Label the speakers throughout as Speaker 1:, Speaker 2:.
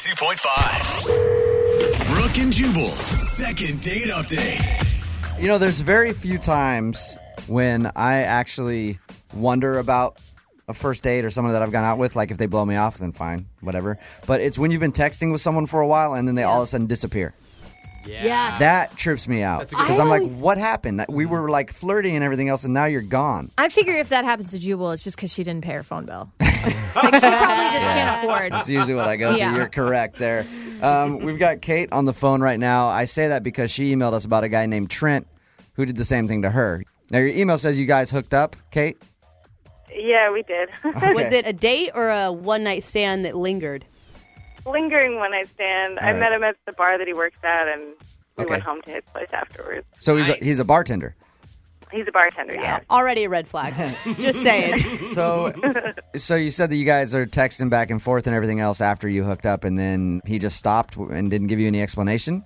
Speaker 1: 92.5. Brooke and Jubal's second date update.
Speaker 2: You know, there's very few times when I actually wonder about a first date or someone that I've gone out with. Like, if they blow me off, then fine, whatever. But it's when you've been texting with someone for a while and then they all of a sudden disappear.
Speaker 3: Yeah.
Speaker 2: That trips me out
Speaker 3: good
Speaker 2: because
Speaker 3: one.
Speaker 2: I'm like,
Speaker 3: I always-
Speaker 2: what happened? That- We were like flirting and everything else, and now you're gone.
Speaker 4: I figure if that happens to Jubal, it's just because she didn't pay her phone bill. like she probably just can't afford.
Speaker 2: That's usually what I go
Speaker 4: Yeah.
Speaker 2: to. You're correct there. Um, we've got Kate on the phone right now. I say that because she emailed us about a guy named Trent who did the same thing to her. Now, your email says you guys hooked up, Kate?
Speaker 5: Yeah, we did.
Speaker 3: Was it a date or a one night stand that lingered?
Speaker 5: Lingering one night stand. I
Speaker 2: right.
Speaker 5: met him at the bar that he works at, and we
Speaker 2: Okay.
Speaker 5: went home to his place afterwards.
Speaker 2: So he's, a, he's a bartender.
Speaker 5: He's a bartender. Yeah.
Speaker 3: Already a red flag. Just saying.
Speaker 2: So, so you said that you guys are texting back and forth and everything else after you hooked up, and then he just stopped and didn't give you any explanation.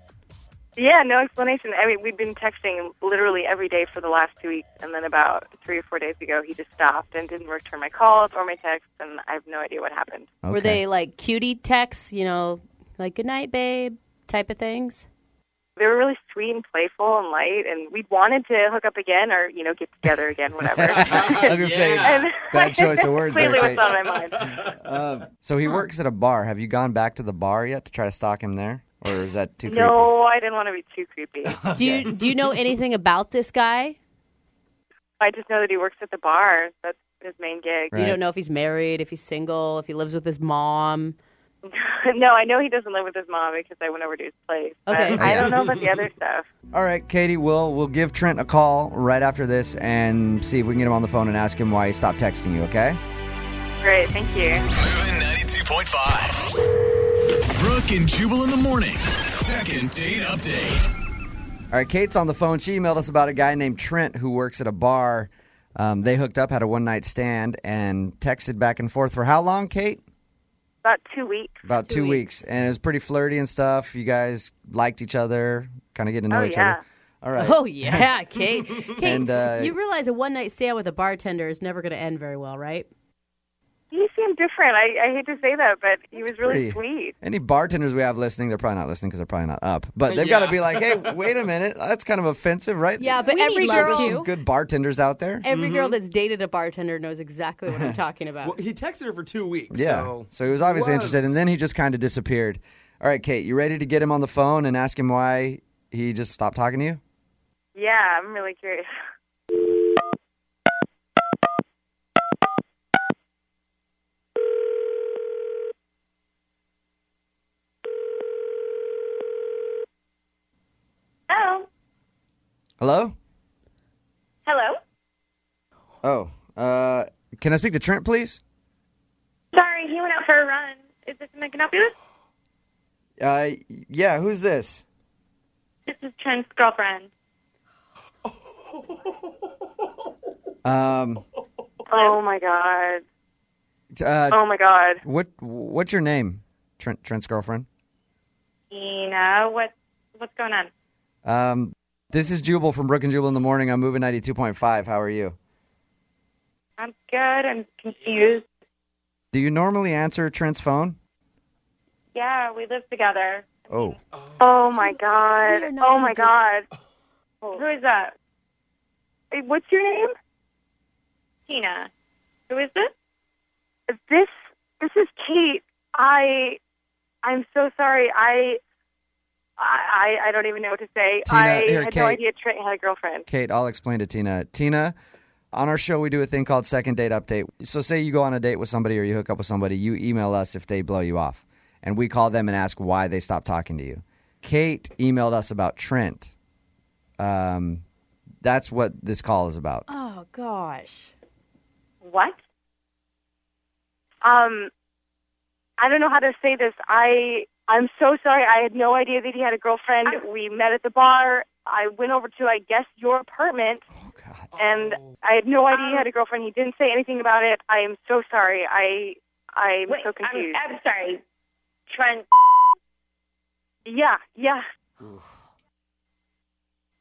Speaker 5: Yeah. No explanation. I mean, we've been texting literally every day for the last two weeks, and then about three or four days ago, he just stopped and didn't return my calls or my texts, and I have no idea what happened.
Speaker 3: Were they like cutie texts, you know, like good night, babe, type of things?
Speaker 5: They were really sweet and playful and light, and we wanted to hook up again or you know get together again, whatever.
Speaker 2: I was gonna say uh,
Speaker 5: And
Speaker 2: bad choice of words there, Kate.
Speaker 5: Clearly, what's on my mind?
Speaker 2: So he works at a bar. Have you gone back to the bar yet to try to stalk him there, or is that too creepy?
Speaker 5: No, I didn't want to be too creepy.
Speaker 3: Do you do you know anything about this guy?
Speaker 5: I just know that he works at the bar. That's his main gig.
Speaker 3: You
Speaker 2: Right.
Speaker 3: don't know if he's married, if he's single, if he lives with his mom.
Speaker 5: no, I know he doesn't live with his mom because I went over to his place. But
Speaker 3: Okay.
Speaker 5: I don't know about the other stuff.
Speaker 2: All right, Katie, we'll we'll give Trent a call right after this and see if we can get him on the phone and ask him why he stopped texting you. Okay.
Speaker 5: Great, thank you.
Speaker 1: Moving 92.5. Brooke and Jubal in the mornings. Second date update.
Speaker 2: All right, Kate's on the phone. She emailed us about a guy named Trent who works at a bar. Um, they hooked up, had a one night stand, and texted back and forth for how long, Kate?
Speaker 5: About two weeks.
Speaker 2: About two,
Speaker 3: Two
Speaker 2: weeks. And it was pretty flirty and stuff. You guys liked each other, kind of getting to know
Speaker 5: Oh,
Speaker 2: each
Speaker 5: yeah.
Speaker 2: other. All right.
Speaker 3: Oh yeah, Kate. Kate,
Speaker 2: And, uh,
Speaker 3: you realize a one night stand with a bartender is never going to end very well, right?
Speaker 5: He seemed different. I, I hate to say that, but he was
Speaker 2: pretty-
Speaker 5: really sweet.
Speaker 2: Any bartenders we have listening, they're probably not listening because they're probably not up. But they've got to be like, hey, wait a minute. That's kind of offensive, right?
Speaker 3: Yeah, but
Speaker 4: We need
Speaker 3: every
Speaker 4: love,
Speaker 3: girl,
Speaker 4: too.
Speaker 2: Some good bartenders out there.
Speaker 3: every girl that's dated a bartender knows exactly what I'm talking about.
Speaker 6: Well, he texted her for two weeks.
Speaker 2: Yeah.
Speaker 6: So,
Speaker 2: he was obviously
Speaker 6: was.
Speaker 2: interested, and then he just kind of disappeared. All right, Kate, you ready to get him on the phone and ask him why he just stopped talking to you?
Speaker 5: Yeah, I'm really curious. Oh,
Speaker 2: Hello?
Speaker 5: hello.
Speaker 2: Oh, uh, can I speak to Trent, please?
Speaker 5: Sorry, he went out for a run. Is this something I can help you with?
Speaker 2: Uh, yeah, who's this?
Speaker 5: This is Trent's girlfriend.
Speaker 2: Um,
Speaker 5: Oh my god.
Speaker 2: t- uh,
Speaker 5: Oh my god.
Speaker 2: what what's your name? Trent Trent's girlfriend.
Speaker 5: Ina, what what's going on?
Speaker 2: Um, this is Jubal from Brook and Jubal in the morning. I'm moving 92.5. How are you?
Speaker 5: I'm good. I'm confused.
Speaker 2: Do you normally answer Trent's phone?
Speaker 5: Yeah, we live together.
Speaker 2: Oh,
Speaker 5: Oh my god.
Speaker 3: We are not
Speaker 5: Oh my god.
Speaker 3: gonna
Speaker 5: Who is that? Hey, What's your name? Tina. Who is this? This this is Kate. I I'm so sorry. I I I I don't even know what to say.
Speaker 2: Tina,
Speaker 5: I
Speaker 2: here,
Speaker 5: had
Speaker 2: Kate.
Speaker 5: no idea Trent had a girlfriend.
Speaker 2: Kate, I'll explain to Tina. Tina, on our show, we do a thing called Second Date Update. So, say you go on a date with somebody or you hook up with somebody, you email us if they blow you off, and we call them and ask why they stopped talking to you. Kate emailed us about Trent. Um, that's what this call is about.
Speaker 3: Oh gosh.
Speaker 5: What? Um, I don't know how to say this. I I'm so sorry. I had no idea that he had a girlfriend.
Speaker 7: Ah.
Speaker 5: we met at the bar. I went over to I guess your apartment,
Speaker 2: Oh, God.
Speaker 5: and
Speaker 7: Oh.
Speaker 5: I had no
Speaker 7: Um,
Speaker 5: idea he had a girlfriend. He didn't say anything about it. I am so sorry. I I'm so confused.
Speaker 7: I'm, I'm sorry, Trent.
Speaker 5: yeah, yeah.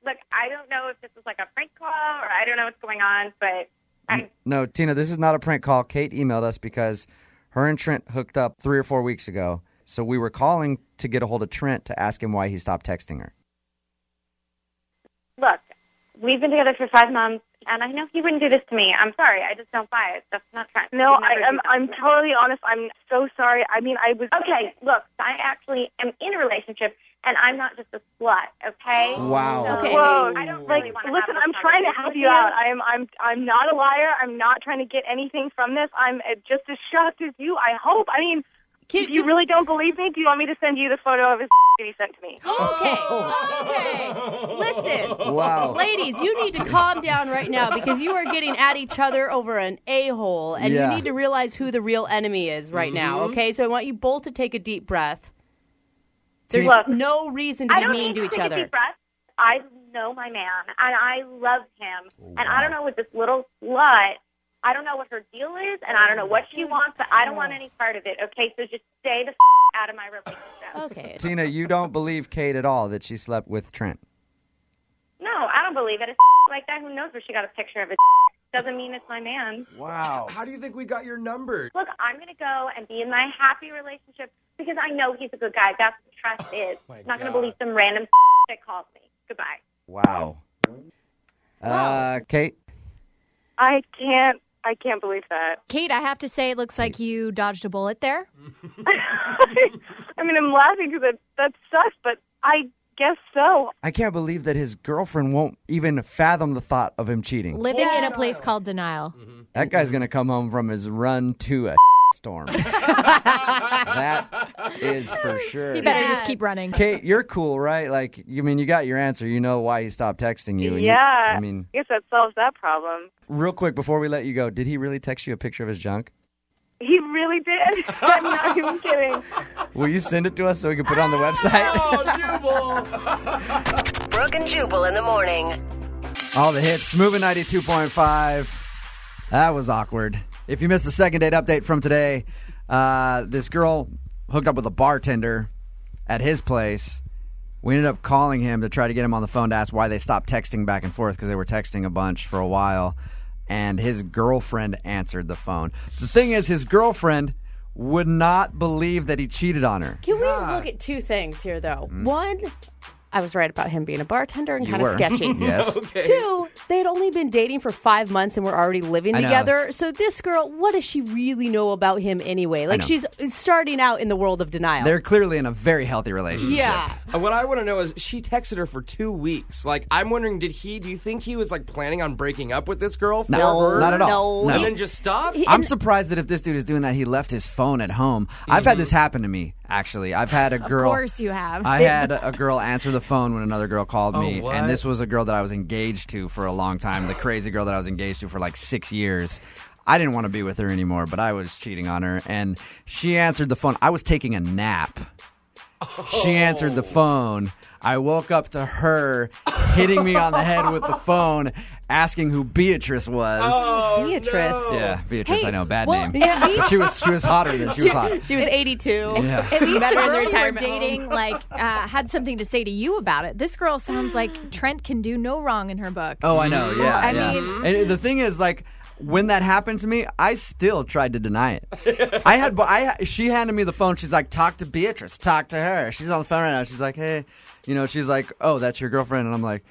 Speaker 7: Look, I don't know if this is like a prank call or I don't know what's going on, but I
Speaker 2: No, Tina, this is not a prank call. Kate emailed us because her and Trent hooked up three or four weeks ago. So we were calling to get a hold of Trent to ask him why he stopped texting her.
Speaker 7: Look, we've been together for five months, and I know he wouldn't do this to me. I'm sorry. I just don't buy it. That's not Trent.
Speaker 5: No,
Speaker 7: He'd never
Speaker 5: I
Speaker 7: do
Speaker 5: am.
Speaker 7: that.
Speaker 5: I'm totally honest. I'm so sorry. I mean, I was
Speaker 7: Okay, look, I actually am in a relationship, and I'm not just a slut, okay?
Speaker 2: Wow.
Speaker 7: So,
Speaker 4: Okay.
Speaker 5: Whoa.
Speaker 7: I don't
Speaker 5: Like,
Speaker 7: really want to
Speaker 5: listen, I'm trying to help you out. I'm, I'm, I'm not a liar. I'm not trying to get anything from this. I'm uh, just as shocked as you. I hope. I mean,
Speaker 4: Can-
Speaker 5: if you
Speaker 4: can-
Speaker 5: really don't believe me, do you want me to send you the photo of his that he sent to me?
Speaker 3: Okay. Okay. Listen.
Speaker 2: Wow.
Speaker 3: Ladies, you need to calm down right now because you are getting at each other over an a hole, and
Speaker 2: Yeah.
Speaker 3: you need to realize who the real enemy is right now, okay? So I want you both to take a deep breath. There's
Speaker 5: Look,
Speaker 3: no reason to
Speaker 7: I
Speaker 3: be
Speaker 7: don't
Speaker 3: mean
Speaker 7: need
Speaker 3: to each
Speaker 7: take a
Speaker 3: other.
Speaker 7: deep breath. I know my man, and I love him, and I don't know what this little slut. I don't know what her deal is, and I don't know what she wants, but I don't want any part of it. Okay, so just stay the f- out of my relationship.
Speaker 3: Okay.
Speaker 2: Tina, you don't believe Kate at all that she slept with Trent.
Speaker 7: No, I don't believe it. A like that, who knows where she got a picture of it? Doesn't mean it's my man.
Speaker 6: Wow. How do you think we got your number?
Speaker 7: Look, I'm going to go and be in my happy relationship because I know he's a good guy. That's what trust
Speaker 6: Oh
Speaker 7: is.
Speaker 6: my
Speaker 7: I'm not going
Speaker 6: God.
Speaker 7: to believe some random that calls me. Goodbye.
Speaker 2: Wow. Uh, Kate,
Speaker 5: I can't. I can't believe that.
Speaker 4: Kate, I have to say, it looks like you dodged a bullet there.
Speaker 5: I mean, I'm laughing because that, that sucks, but I guess so.
Speaker 2: I can't believe that his girlfriend won't even fathom the thought of him cheating.
Speaker 4: Living in a place called denial.
Speaker 2: That guy's gonna come home from his run to a storm. that is for sure.
Speaker 4: You better just keep running.
Speaker 2: Kate, you're cool, right? Like, you mean, you got your answer. You know why he stopped texting you. and you-
Speaker 5: yeah.
Speaker 2: I mean,
Speaker 5: guess that solves that problem.
Speaker 2: real quick before we let you go, did he really text you a picture of his junk?
Speaker 5: He really did. I'm not even kidding.
Speaker 2: Will you send it to us so we can put it on the website?
Speaker 6: Oh, Jubal.
Speaker 8: Brooke and Jubal in the morning.
Speaker 2: All the hits. Moving 92.5. That was awkward. If you missed the second date update from today, uh, this girl hooked up with a bartender at his place. We ended up calling him to try to get him on the phone to ask why they stopped texting back and forth because they were texting a bunch for a while. And his girlfriend answered the phone. The thing is, his girlfriend would not believe that he cheated on her.
Speaker 3: Can we look at two things here, though? One, I was right about him being a bartender and
Speaker 2: You
Speaker 3: kind of
Speaker 2: were.
Speaker 3: sketchy.
Speaker 2: Yes.
Speaker 3: Two, they had only been dating for five months and were already living
Speaker 2: I know.
Speaker 3: together. So this girl, what does she really know about him anyway? Like
Speaker 2: know.
Speaker 3: she's starting out in the world of denial.
Speaker 2: They're clearly in a very healthy relationship.
Speaker 3: yeah.
Speaker 6: what I want to know is she texted her for two weeks. Like, I'm wondering, did he, do you think he was like planning on breaking up with this girl for her?
Speaker 2: not at all.
Speaker 3: No.
Speaker 6: And
Speaker 2: No.
Speaker 6: then just stopped?
Speaker 2: I'm surprised that if this dude is doing that, he left his phone at home. I've had this happen to me, actually. I've had a girl.
Speaker 4: Mm-hmm. course you have.
Speaker 2: I had a girl answer the phone when another girl called me.
Speaker 6: what?
Speaker 2: And this was a girl that I was engaged to for a long time, the crazy girl that I was engaged to for like six years. I didn't want to be with her anymore, but I was cheating on her. And she answered the phone. I was taking a nap. She answered the phone. I woke up to her hitting me on the head with the phone, asking who Beatrice was.
Speaker 3: Beatrice.
Speaker 2: Yeah, Beatrice,
Speaker 4: Oh. Hey,
Speaker 2: I know, bad
Speaker 4: well,
Speaker 2: name.
Speaker 4: at
Speaker 2: But
Speaker 4: least-
Speaker 2: she was she was hotter than she was hot.
Speaker 3: She was 82.
Speaker 4: At least
Speaker 3: Better
Speaker 4: the
Speaker 3: in
Speaker 4: girl
Speaker 3: their
Speaker 4: you were
Speaker 3: retirement home.
Speaker 4: dating, like, uh, had something to say to you about it. This girl sounds like Trent can do no wrong in her book.
Speaker 2: Oh, I know. Yeah,
Speaker 4: I
Speaker 2: yeah.
Speaker 4: mean-
Speaker 2: and the thing is, like, when that happened to me, I still tried to deny it. I had, but I she handed me the phone. She's like, "Talk to Beatrice. Talk to her. She's on the phone right now." She's like, "Hey, you know," she's like, "Oh, that's your girlfriend," and I'm like.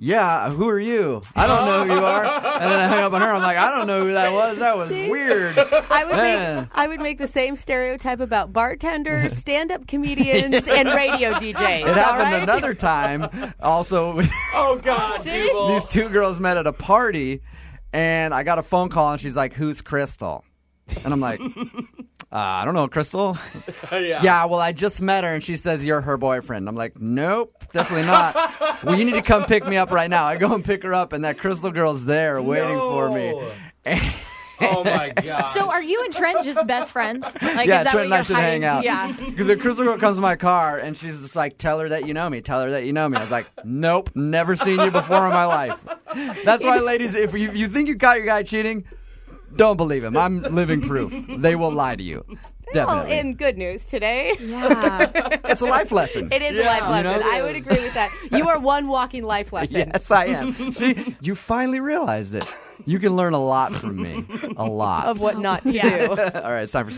Speaker 2: Yeah, who are you? I don't know who you are. And then I hung up on her. I'm like, I don't know who that was. That was weird.
Speaker 3: I would
Speaker 2: Yeah.
Speaker 3: make I would make the same stereotype about bartenders, stand-up comedians, and radio DJs.
Speaker 2: It
Speaker 3: all
Speaker 2: happened
Speaker 3: right?
Speaker 2: another time. Also,
Speaker 6: Oh, God, Jubal.
Speaker 2: these two girls met at a party and I got a phone call and she's like, Who's Crystal? And I'm like, uh, I don't know, Crystal.
Speaker 6: yeah.
Speaker 2: yeah, well, I just met her and she says you're her boyfriend. I'm like, nope, definitely not. well, you need to come pick me up right now. I go and pick her up and that Crystal girl's there waiting for me.
Speaker 6: No. Oh, my God.
Speaker 4: So are you and Trent just best friends? Like,
Speaker 2: yeah,
Speaker 4: is that
Speaker 2: Trent and I
Speaker 4: what
Speaker 2: should
Speaker 4: you're hiding?
Speaker 2: hang out.
Speaker 4: Yeah.
Speaker 2: the Crystal girl comes to my car and she's just like, tell her that you know me. Tell her that you know me. I was like, nope, never seen you before in my life. That's why, ladies, if you, you think you caught your guy cheating, don't believe him. I'm living proof. They will lie to you.
Speaker 3: Well,
Speaker 2: Definitely.
Speaker 3: in good news today.
Speaker 4: Yeah.
Speaker 2: it's a life lesson.
Speaker 3: It is a life
Speaker 2: You know
Speaker 3: lesson.
Speaker 2: it
Speaker 3: I would
Speaker 2: is.
Speaker 3: agree with that. You are one walking life lesson.
Speaker 2: Yes, I am. See, you finally realized it. You can learn a lot from me. A lot.
Speaker 3: Of what not to do.
Speaker 2: All right, it's time for